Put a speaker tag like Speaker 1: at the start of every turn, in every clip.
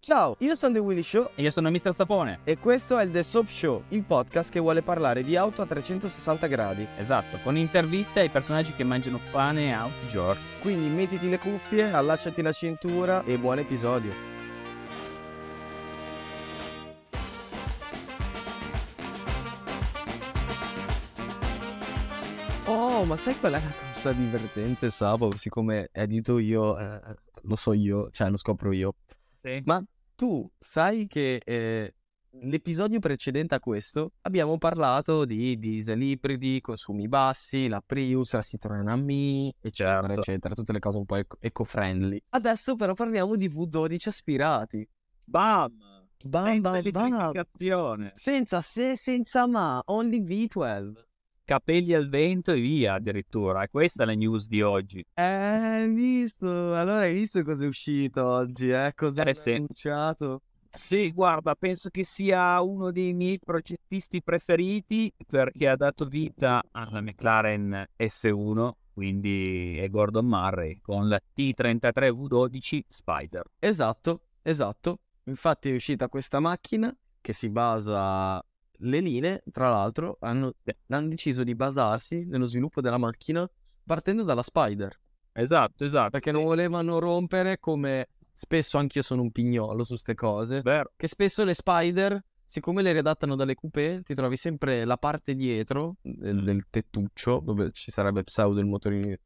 Speaker 1: Ciao, io sono The Willy Show
Speaker 2: E io sono Mr. Sapone.
Speaker 1: e questo è il The Soap Show, il podcast che vuole parlare di auto a 360 gradi.
Speaker 2: Esatto, con interviste ai personaggi che mangiano pane a tutti i giorni.
Speaker 1: Quindi mettiti le cuffie, allacciati la cintura e buon episodio. Oh, ma sai qual è la cosa divertente, Sabo? Siccome edito io, eh, lo so io, cioè lo scopro io.
Speaker 2: Sì.
Speaker 1: Ma tu sai che eh, l'episodio precedente a questo abbiamo parlato di diesel ibridi, consumi bassi, la Prius, la Citroën Ami, eccetera,
Speaker 2: Certo.
Speaker 1: eccetera, tutte le cose un po' eco- eco-friendly. Adesso però parliamo di V12 aspirati.
Speaker 2: Bam!
Speaker 1: Bam bam bam.
Speaker 2: Elettrificazione.
Speaker 1: Senza se, senza ma, only V12.
Speaker 2: Capelli al vento e via addirittura. E questa è la news di oggi.
Speaker 1: Eh, hai visto? Allora hai visto cosa è uscito oggi, eh? Cosa
Speaker 2: Eh,
Speaker 1: hanno
Speaker 2: sì.
Speaker 1: annunciato?
Speaker 2: Sì, guarda, penso che sia uno dei miei progettisti preferiti perché ha dato vita alla McLaren F1, quindi è Gordon Murray con la T33 V12 Spider.
Speaker 1: Esatto, esatto. Infatti è uscita questa macchina che si basa le linee, tra l'altro, hanno, eh, hanno deciso di basarsi nello sviluppo della macchina partendo dalla Spider,
Speaker 2: Esatto, esatto.
Speaker 1: perché
Speaker 2: sì.
Speaker 1: non volevano rompere come spesso anch'io sono un pignolo su ste cose,
Speaker 2: Vero.
Speaker 1: che spesso le Spider, siccome le redattano dalle coupé, ti trovi sempre la parte dietro del, del tettuccio, dove ci sarebbe pseudo il motorino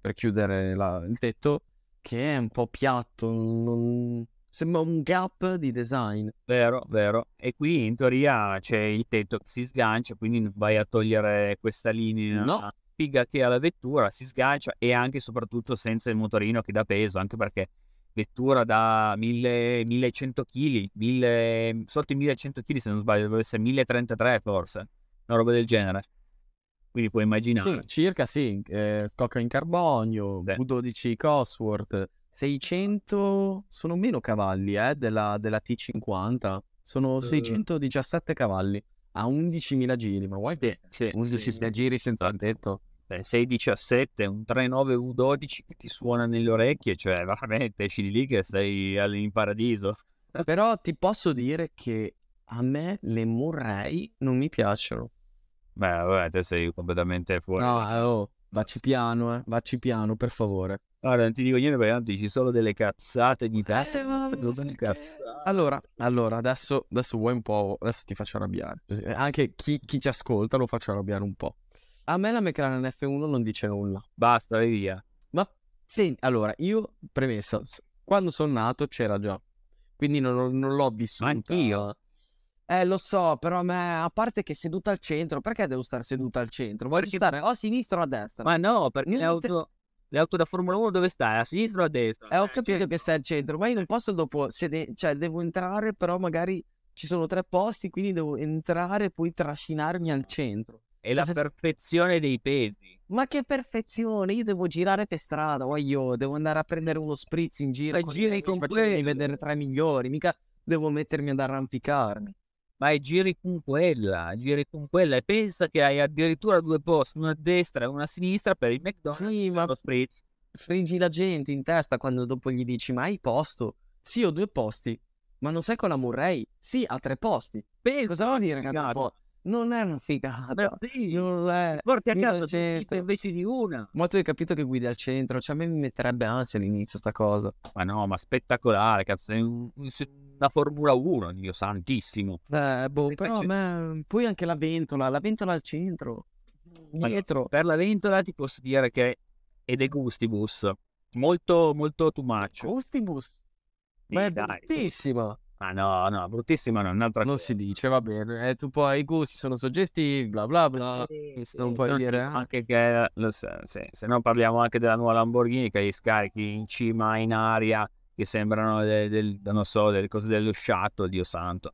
Speaker 1: per chiudere la- il tetto, che è un po' piatto, non- sembra un gap di design.
Speaker 2: Vero, vero. E qui in teoria c'è il tetto che si sgancia, quindi non vai a togliere questa linea
Speaker 1: No.
Speaker 2: figa che ha la vettura, si sgancia e anche e soprattutto senza il motorino che dà peso, anche perché vettura da 1000 1100 kg, 1000 sotto i 1100 kg se non sbaglio, dovrebbe essere 1033 forse, una roba del genere. Quindi puoi immaginare.
Speaker 1: Sì, circa sì, eh, scocca in carbonio,
Speaker 2: Beh.
Speaker 1: V12 Cosworth, 600, sono meno cavalli eh, della, della T50, sono
Speaker 2: Eh.
Speaker 1: 617 cavalli a 11.000 giri, ma vuoi
Speaker 2: Sì, Eh, sì,
Speaker 1: 11
Speaker 2: sì.
Speaker 1: giri senza tetto?
Speaker 2: Beh, 617, un 39 U12 che ti suona nelle orecchie, cioè veramente esci di lì che sei all- in paradiso.
Speaker 1: Però ti posso dire che a me le Murray non mi piacciono.
Speaker 2: Beh, vabbè, te sei completamente fuori.
Speaker 1: No, eh, oh, vacci piano, eh, vacci piano, per favore.
Speaker 2: Guarda, non ti dico niente perché tanto dici solo delle cazzate di testa.
Speaker 1: Eh, ma
Speaker 2: Non delle
Speaker 1: perché?
Speaker 2: cazzate.
Speaker 1: Allora, allora adesso, adesso vuoi un po', adesso ti faccio arrabbiare. Eh, Anche chi, chi ci ascolta lo faccio arrabbiare un po'. A me la McLaren F1 non dice nulla.
Speaker 2: Basta, vai via.
Speaker 1: Ma senti, allora, io, premessa, s- quando sono nato c'era già, quindi non, ho- non l'ho vissuta.
Speaker 2: anch'io.
Speaker 1: Eh, lo so, però a me, a parte che seduta al centro, perché devo stare seduta al centro? Voglio
Speaker 2: Perché-
Speaker 1: stare o a sinistra o a destra.
Speaker 2: Ma no, perché le
Speaker 1: Niente.
Speaker 2: auto, le auto da Formula 1 dove stai? A sinistra o a destra?
Speaker 1: Eh, ho
Speaker 2: Eh,
Speaker 1: capito
Speaker 2: cioè,
Speaker 1: che stai al centro, ma io non posso dopo, sede- cioè devo entrare, però magari ci sono tre posti, quindi devo entrare e poi trascinarmi al centro.
Speaker 2: È la
Speaker 1: Cioè, se-
Speaker 2: perfezione dei pesi.
Speaker 1: Ma che perfezione, io devo girare per strada, oh, io devo andare a prendere uno spritz in giro,
Speaker 2: Ma
Speaker 1: con gli
Speaker 2: giri
Speaker 1: amici,
Speaker 2: con
Speaker 1: facendomi
Speaker 2: quello.
Speaker 1: vedere tra i migliori, mica devo mettermi ad arrampicarmi.
Speaker 2: Ma è giri con quella, giri con quella. E pensa che hai addirittura due posti, una a destra e una a sinistra per il McDonald's.
Speaker 1: Sì, ma
Speaker 2: Lo spritz.
Speaker 1: friggi la gente in testa quando dopo gli dici, ma hai posto? Sì, ho due posti, ma non sai con la Murray? Sì, ha tre posti.
Speaker 2: Pensa,
Speaker 1: Cosa vuol dire che ha tre
Speaker 2: figata.
Speaker 1: posti? Non è una figata.
Speaker 2: Ma sì.
Speaker 1: Non è.
Speaker 2: Porti a
Speaker 1: Mi
Speaker 2: casa
Speaker 1: accetto.
Speaker 2: due vite invece di una.
Speaker 1: Ma tu hai capito che guidi al centro? Cioè, a me mi metterebbe ansia all'inizio sta cosa.
Speaker 2: Ma no, ma spettacolare, cazzo, è un- un- una Formula 1, Dio santissimo.
Speaker 1: Eh, boh,
Speaker 2: Mi
Speaker 1: però a me... Poi anche la ventola, la ventola al centro.
Speaker 2: Allora,
Speaker 1: Dietro.
Speaker 2: per la ventola ti posso dire che è de gustibus, molto, molto too much.
Speaker 1: Costibus.
Speaker 2: Sì,
Speaker 1: Ma è
Speaker 2: dai.
Speaker 1: bruttissima.
Speaker 2: Ma no, no, bruttissima no, è un'altra
Speaker 1: Non si dice, va bene. Eh, tu poi i gusti sono soggettivi, bla bla bla. non puoi
Speaker 2: sono-
Speaker 1: dire, eh.
Speaker 2: anche che, lo so, sì, se no parliamo anche della nuova Lamborghini che gli scarichi in cima, in aria, che sembrano, del, del- non so, delle cose dello sciatto, Dio santo.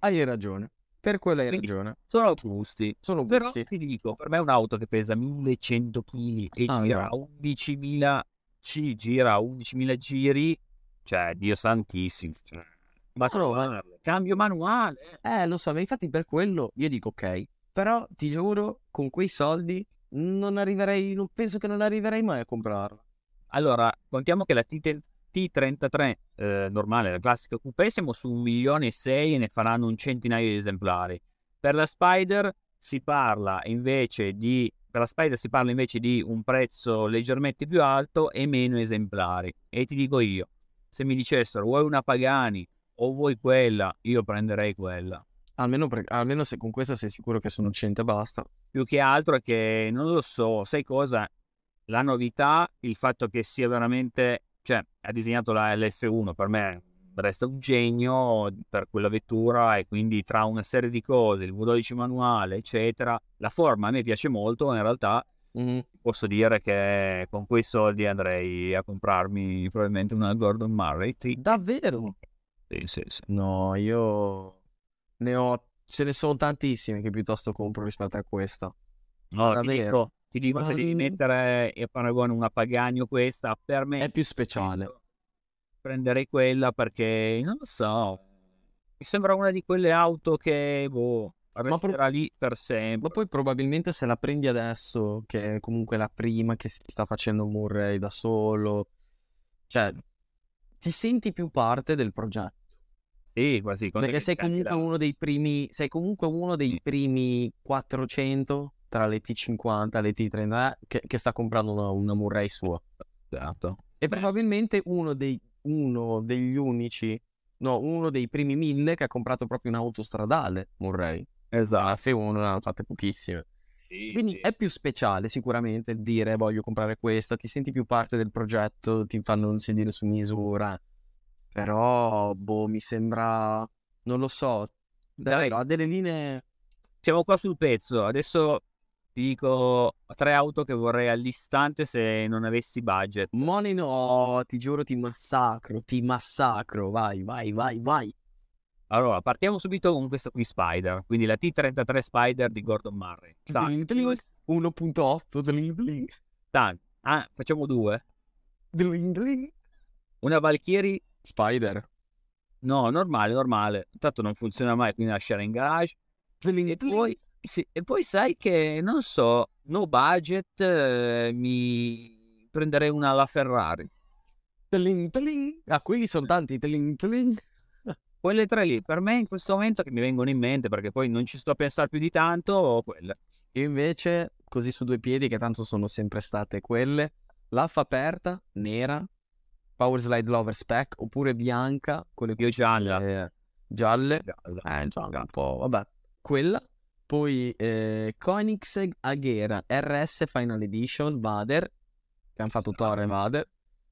Speaker 1: Hai ragione. Per quello hai
Speaker 2: Quindi-
Speaker 1: ragione.
Speaker 2: Sono gusti.
Speaker 1: Sono
Speaker 2: Però
Speaker 1: gusti.
Speaker 2: ti dico, per me è un'auto che pesa 1100 kg e
Speaker 1: Ah,
Speaker 2: gira
Speaker 1: no.
Speaker 2: 11.000 ci gira 11.000 giri, cioè Dio santissimo. cioè, ma
Speaker 1: Però,
Speaker 2: trovarle. cambio manuale.
Speaker 1: Eh, lo so, ma infatti per quello io dico ok. Però ti giuro, con quei soldi non arriverei, non penso che non arriverei mai a comprarla.
Speaker 2: Allora, contiamo che la T- T33 eh, normale, la classica coupé, siamo su 1 milione e 6 e ne faranno un centinaio di esemplari. Per la Spider si parla invece di per la Spider si parla invece di un prezzo leggermente più alto e meno esemplari. E ti dico io, se mi dicessero vuoi una Pagani o vuoi quella, io prenderei quella.
Speaker 1: Almeno, pre- almeno se con questa sei sicuro che sono 100 e basta.
Speaker 2: Più che altro è che non lo so, sai cosa? La novità, il fatto che sia veramente, cioè ha disegnato la LF1 per me resta un genio per quella vettura e quindi tra una serie di cose, il V12 manuale, eccetera, la forma a me piace molto, in realtà Mm.
Speaker 1: Mhm.
Speaker 2: posso dire che con quei soldi andrei a comprarmi probabilmente una Gordon Murray. Sì,
Speaker 1: Davvero?
Speaker 2: sì, sì.
Speaker 1: No, io ne ho. Ce ne sono tantissime che piuttosto compro rispetto a questa.
Speaker 2: No, ti
Speaker 1: Davvero?
Speaker 2: dico, ti dico se
Speaker 1: Ma-
Speaker 2: devi mettere a paragone una Pagani o questa, per me
Speaker 1: È più speciale.
Speaker 2: Ecco, Prenderei quella perché non lo so. Mi sembra una di quelle auto che boh,
Speaker 1: pro-
Speaker 2: resterà lì per sempre.
Speaker 1: Ma poi probabilmente se la prendi adesso, che è comunque la prima che si sta facendo Murray da solo, cioè ti senti più parte del progetto.
Speaker 2: Sì, quasi. conta
Speaker 1: Perché
Speaker 2: che Mm.
Speaker 1: sei
Speaker 2: c'è anche
Speaker 1: comunque
Speaker 2: la-
Speaker 1: uno dei primi, sei comunque uno dei primi 400 tra le T50 e le T30 che, che sta comprando una, una Murray sua.
Speaker 2: Esatto.
Speaker 1: E probabilmente uno, dei- uno degli unici, no, uno dei primi mille che ha comprato proprio un'auto stradale Murray.
Speaker 2: Esatto.
Speaker 1: Alla fine uno ne hanno fatte pochissime.
Speaker 2: Sì,
Speaker 1: Quindi
Speaker 2: sì.
Speaker 1: è più speciale sicuramente dire voglio comprare questa, ti senti più parte del progetto, ti fanno un sedile su misura. Però, boh, mi sembra... Non lo so. Davvero, ha delle linee...
Speaker 2: Siamo qua sul pezzo. Adesso ti dico tre auto che vorrei all'istante se non avessi budget.
Speaker 1: Money no, ti giuro ti massacro, ti massacro. Vai, vai, vai, vai.
Speaker 2: Allora, partiamo subito con questa qui Spider, quindi la T33 Spider di Gordon Murray. Dai.
Speaker 1: Tling, tling. 1.8, dling, dling,
Speaker 2: Dai. Ah, facciamo due.
Speaker 1: dling, dling.
Speaker 2: Una Valkyrie
Speaker 1: Spider.
Speaker 2: No, normale, normale. Tanto non funziona mai, quindi lasciare in garage.
Speaker 1: Dling,
Speaker 2: E
Speaker 1: dling.
Speaker 2: poi, sì, e poi sai che, non so, no budget, eh, mi prenderei una alla Ferrari.
Speaker 1: Tling, tling. Ah, quelli sono tanti. Tling, tling.
Speaker 2: Quelle tre lì, per me in questo momento che mi vengono in mente, perché poi non ci sto a pensare più di tanto, quelle.
Speaker 1: Io invece, così su due piedi, che tanto sono sempre state quelle, l'affa aperta, nera, Power Slide Lover Spec, oppure bianca, con le
Speaker 2: Io gialla.
Speaker 1: cuffie gialle.
Speaker 2: Gialla.
Speaker 1: Eh, gialla, un po', vabbè, quella. Poi eh, Koenigsegg Agera RS Final Edition, Vader, che hanno fatto Torre Vader.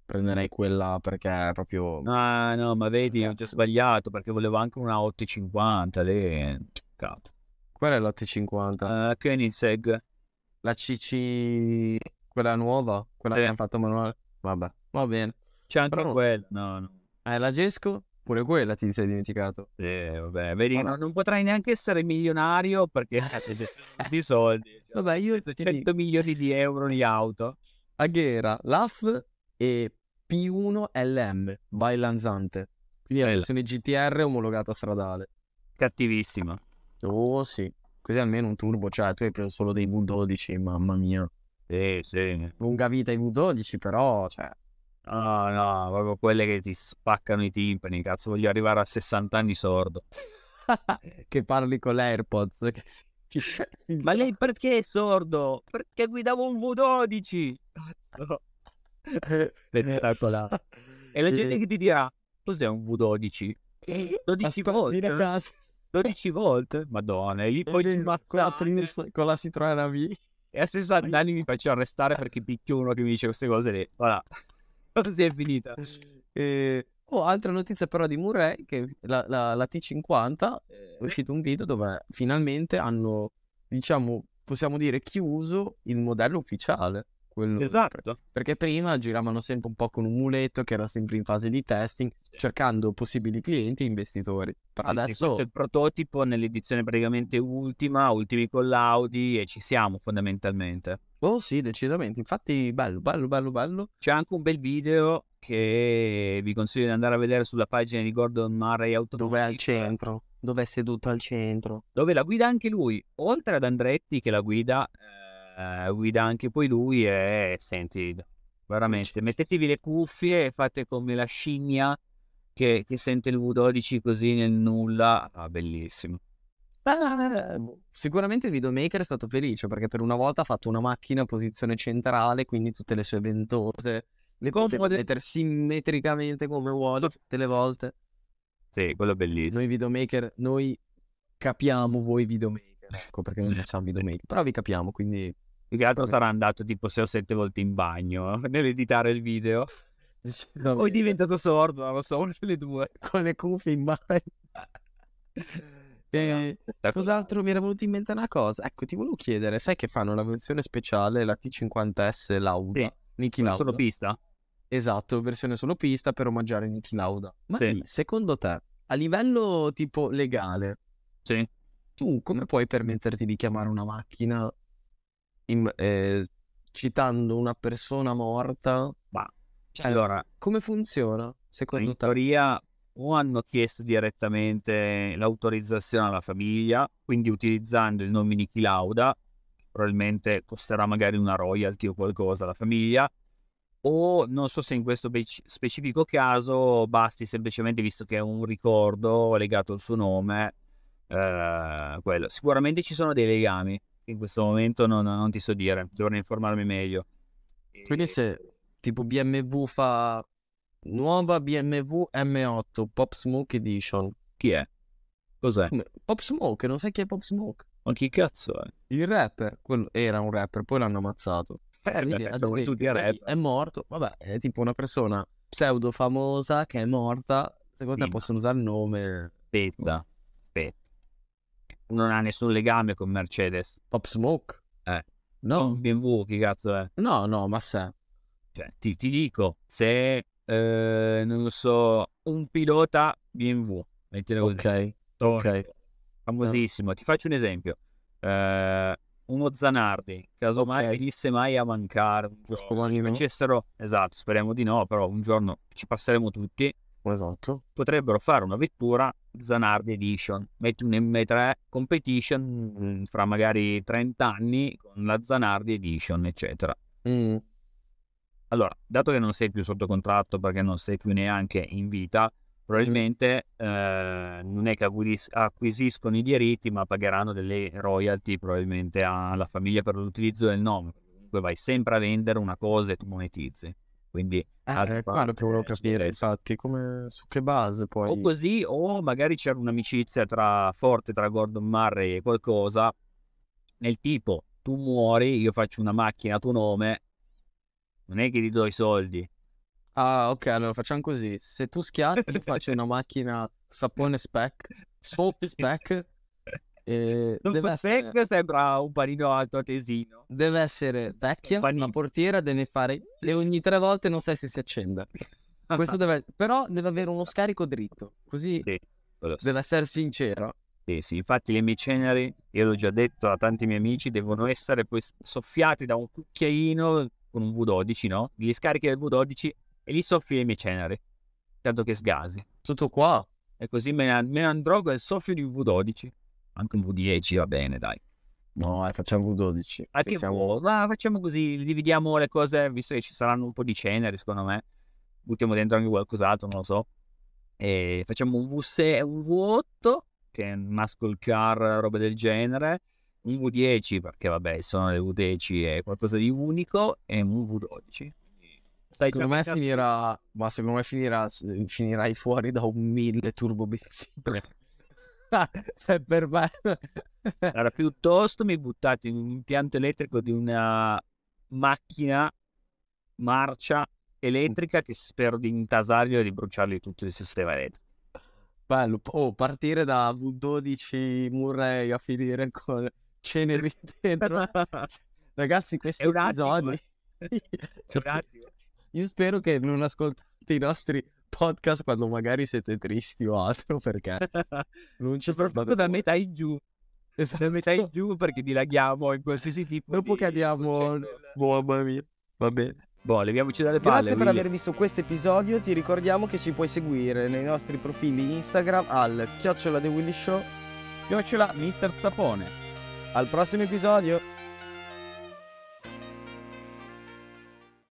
Speaker 1: Prenderei quella perché è proprio...
Speaker 2: Ah, no, ma vedi, ho già
Speaker 1: Cazzo.
Speaker 2: sbagliato, perché volevo anche una 850 lì. eh, Cazzo.
Speaker 1: Quella è la T50.
Speaker 2: Eh, Koenigsegg.
Speaker 1: La CC... quella nuova, quella
Speaker 2: Sì.
Speaker 1: che hanno fatto manuale. Vabbè, va bene.
Speaker 2: C'è anche
Speaker 1: Però-
Speaker 2: quella. No, no.
Speaker 1: Eh, la Gesco? Pure quella ti sei dimenticato.
Speaker 2: Eh, vabbè, vedi,
Speaker 1: Vabbè.
Speaker 2: non, non potrai neanche essere milionario perché cazzo, di soldi. Cioè,
Speaker 1: Vabbè, io ti
Speaker 2: 100
Speaker 1: dico,
Speaker 2: milioni di euro di auto.
Speaker 1: Aghera, LAF e P1 LM, by Lanzante. Quindi è la
Speaker 2: Bella.
Speaker 1: versione GTR omologata stradale.
Speaker 2: Cattivissima.
Speaker 1: Oh sì, così almeno un turbo, cioè tu hai preso solo dei V12, mamma mia.
Speaker 2: Sì, sì.
Speaker 1: Lunga vita ai V12 però, cioè...
Speaker 2: No, no, proprio quelle che ti spaccano i timpani. Cazzo, voglio arrivare a 60 anni sordo.
Speaker 1: che parli con l'AirPods. Che si...
Speaker 2: Ma lei perché è sordo? Perché guidavo un V12. Cazzo. Spettacolare. E la gente che ti dirà, cos'è un V12? 12
Speaker 1: Eh, Aspetta,
Speaker 2: volte.
Speaker 1: vieni a casa.
Speaker 2: 12 volte? Madonna, e lì poi ti
Speaker 1: Con la
Speaker 2: ammazzate.
Speaker 1: Prius- con la Citroen AV.
Speaker 2: E a 60 anni mi faccio arrestare perché picchio uno che mi dice queste cose lì. Voilà. Così è finita.
Speaker 1: Eh, oh, altra notizia però di Murray, che la, la- la T50 è uscito un video dove finalmente hanno, diciamo, possiamo dire, chiuso il modello ufficiale. Quello-
Speaker 2: Esatto.
Speaker 1: Perché prima giravano sempre un po' con un muletto che era sempre in fase di testing, cercando possibili clienti e investitori. Però
Speaker 2: Questo
Speaker 1: adesso
Speaker 2: è il prototipo nell'edizione praticamente ultima, ultimi collaudi e ci siamo fondamentalmente.
Speaker 1: Oh sì, decisamente. Infatti, bello, bello, bello, bello.
Speaker 2: C'è anche un bel video che vi consiglio di andare a vedere sulla pagina di Gordon Murray Automotive.
Speaker 1: Dov'è al centro? Dove è seduto al centro?
Speaker 2: dove la guida anche lui, oltre ad Andretti che la guida, eh, guida anche poi lui e senti, veramente. Mettetevi le cuffie e fate come la scimmia che, che sente il V12 così nel nulla. Ah, bellissimo.
Speaker 1: Beh, Boh, Sicuramente il videomaker è stato felice perché per una volta ha fatto una macchina a posizione centrale, quindi tutte le sue ventose le poteva
Speaker 2: Comode.
Speaker 1: mettere simmetricamente come vuole tutte le volte.
Speaker 2: Sì, quello è bellissimo.
Speaker 1: Noi videomaker, noi capiamo voi videomaker, ecco perché noi non siamo videomaker, però vi capiamo, quindi
Speaker 2: Più che altro sarà andato tipo 6 o 7 volte in bagno eh, nell'editare il video. O è
Speaker 1: decisamente
Speaker 2: diventato sordo, non lo so, una delle due.
Speaker 1: con le cuffie in mano.
Speaker 2: Eh,
Speaker 1: E cos'altro mi era venuto in mente una cosa? Ecco, ti volevo chiedere, sai che fanno la versione speciale, la T50S Lauda,
Speaker 2: Sì,
Speaker 1: Niki
Speaker 2: Sono
Speaker 1: Lauda.
Speaker 2: solo pista?
Speaker 1: Esatto, versione solo pista per omaggiare Niki Lauda. Ma
Speaker 2: Sì.
Speaker 1: lì, secondo te, a livello tipo legale,
Speaker 2: Sì.
Speaker 1: tu come puoi permetterti di chiamare una macchina in- eh, citando una persona morta?
Speaker 2: Ma,
Speaker 1: Cioè,
Speaker 2: Allora,
Speaker 1: come funziona secondo
Speaker 2: in
Speaker 1: te?
Speaker 2: teoria o hanno chiesto direttamente l'autorizzazione alla famiglia, quindi utilizzando il nome Niki Lauda, che probabilmente costerà magari una royalty o qualcosa alla famiglia, o non so se in questo pec- specifico caso basti semplicemente, visto che è un ricordo legato al suo nome, eh, quello. Sicuramente ci sono dei legami, che in questo momento non, non ti so dire, dovrei informarmi meglio.
Speaker 1: Quindi
Speaker 2: E-
Speaker 1: se tipo BMW fa nuova BMW M8 Pop Smoke Edition.
Speaker 2: Chi è? Cos'è?
Speaker 1: Come- Pop Smoke, non sai chi è Pop Smoke?
Speaker 2: Ma chi cazzo è?
Speaker 1: Il rapper, quello era un rapper, poi l'hanno ammazzato.
Speaker 2: Eh,
Speaker 1: Quindi,
Speaker 2: beh,
Speaker 1: ad
Speaker 2: sono
Speaker 1: esempio,
Speaker 2: tutti a
Speaker 1: quindi
Speaker 2: rap.
Speaker 1: è morto, vabbè, è tipo una persona pseudo famosa che è morta. Secondo
Speaker 2: Sì,
Speaker 1: te
Speaker 2: ma-
Speaker 1: possono usare il nome
Speaker 2: Aspetta, aspetta. Non ha nessun legame con Mercedes.
Speaker 1: Pop Smoke?
Speaker 2: Eh.
Speaker 1: No,
Speaker 2: BMW, che cazzo è?
Speaker 1: no, no, ma se.
Speaker 2: Cioè, ti, ti dico, se, eh, non lo so, un pilota BMW, mettila così,
Speaker 1: Ok,
Speaker 2: storico,
Speaker 1: ok.
Speaker 2: famosissimo. Ti faccio un esempio. Eh, uno Zanardi, casomai
Speaker 1: Ok.
Speaker 2: venisse mai a mancare un giorno,
Speaker 1: Speriamo di no.
Speaker 2: facessero, esatto, speriamo di no, però un giorno ci passeremo tutti,
Speaker 1: Esatto.
Speaker 2: potrebbero fare una vettura Zanardi Edition. Metti un M3 Competition mm, fra magari 30 anni con la Zanardi Edition, eccetera.
Speaker 1: Mm,
Speaker 2: Allora, dato che non sei più sotto contratto perché non sei più neanche in vita, probabilmente eh, non è che acquis- acquisiscono i diritti, ma pagheranno delle royalty probabilmente alla famiglia per l'utilizzo del nome. Comunque vai sempre a vendere una cosa e tu monetizzi. Quindi Altre
Speaker 1: Eh, quello
Speaker 2: parti,
Speaker 1: che volevo
Speaker 2: eh,
Speaker 1: capire,
Speaker 2: interessa.
Speaker 1: infatti, come su che base poi?
Speaker 2: O così, o magari c'era un'amicizia tra, forte tra Gordon Murray e qualcosa, nel tipo tu muori, io faccio una macchina a tuo nome, non è che ti do i soldi.
Speaker 1: Ah, ok, allora facciamo così. Se tu schiatti, io faccio una macchina sapone spec, soap spec, e
Speaker 2: Non
Speaker 1: deve
Speaker 2: so se
Speaker 1: essere,
Speaker 2: sembra un panino alto tesino.
Speaker 1: deve essere vecchia,
Speaker 2: Panini.
Speaker 1: la portiera deve fare le ogni tre volte non sai se si accende. Questo deve, però deve avere uno scarico dritto, così
Speaker 2: Sì, quello sì.
Speaker 1: deve essere sincero.
Speaker 2: Sì, sì, infatti le mie ceneri, io l'ho già detto a tanti miei amici, devono essere poi soffiate da un cucchiaino con un V12, no? Gli scarichi del V12 e li soffi le mie ceneri, tanto che sgasi.
Speaker 1: Tutto qua.
Speaker 2: E così me ne, me ne andrò col soffio di un V12. Anche un V10 va bene, dai.
Speaker 1: No, dai, facciamo V12.
Speaker 2: Anche
Speaker 1: che siamo-
Speaker 2: un V, ma facciamo così, dividiamo le cose, visto che ci saranno un po' di ceneri, secondo me. Buttiamo dentro anche qualcos'altro, non lo so. E facciamo un V6 un V8, che è muscle car, roba del genere. Un V10, perché vabbè, sono le V10, è qualcosa di unico. E un V12. Stai
Speaker 1: Secondo me
Speaker 2: già-
Speaker 1: finirà, ma secondo me finirà, finirai fuori da un 1000 turbo benzina. Se per me.
Speaker 2: Allora, piuttosto mi buttate in un impianto elettrico di una macchina marcia elettrica che spero di intasargli e di bruciargli tutto il sistema elettrico.
Speaker 1: Bello, oh, partire da V12 Murray a finire con ceneri
Speaker 2: Eh,
Speaker 1: dentro. Ragazzi, questi
Speaker 2: È un attimo,
Speaker 1: episodi.
Speaker 2: È un
Speaker 1: Certo.
Speaker 2: attimo.
Speaker 1: Io spero che non ascoltate i nostri podcast quando magari siete tristi o altro, perché non ci
Speaker 2: Soprattutto
Speaker 1: portate
Speaker 2: da
Speaker 1: fuori.
Speaker 2: metà in giù,
Speaker 1: Esatto.
Speaker 2: da metà in giù perché dilaghiamo in qualsiasi tipo
Speaker 1: Dopo
Speaker 2: di-
Speaker 1: cadiamo. Mamma mia. Va bene.
Speaker 2: Boh, leviamoci dalle palle.
Speaker 1: Grazie per
Speaker 2: Willy.
Speaker 1: aver visto questo episodio, ti ricordiamo che ci puoi seguire nei nostri profili Instagram al chiocciola The Willy Show.
Speaker 2: Chiocciola Mister Sapone.
Speaker 1: Al prossimo episodio!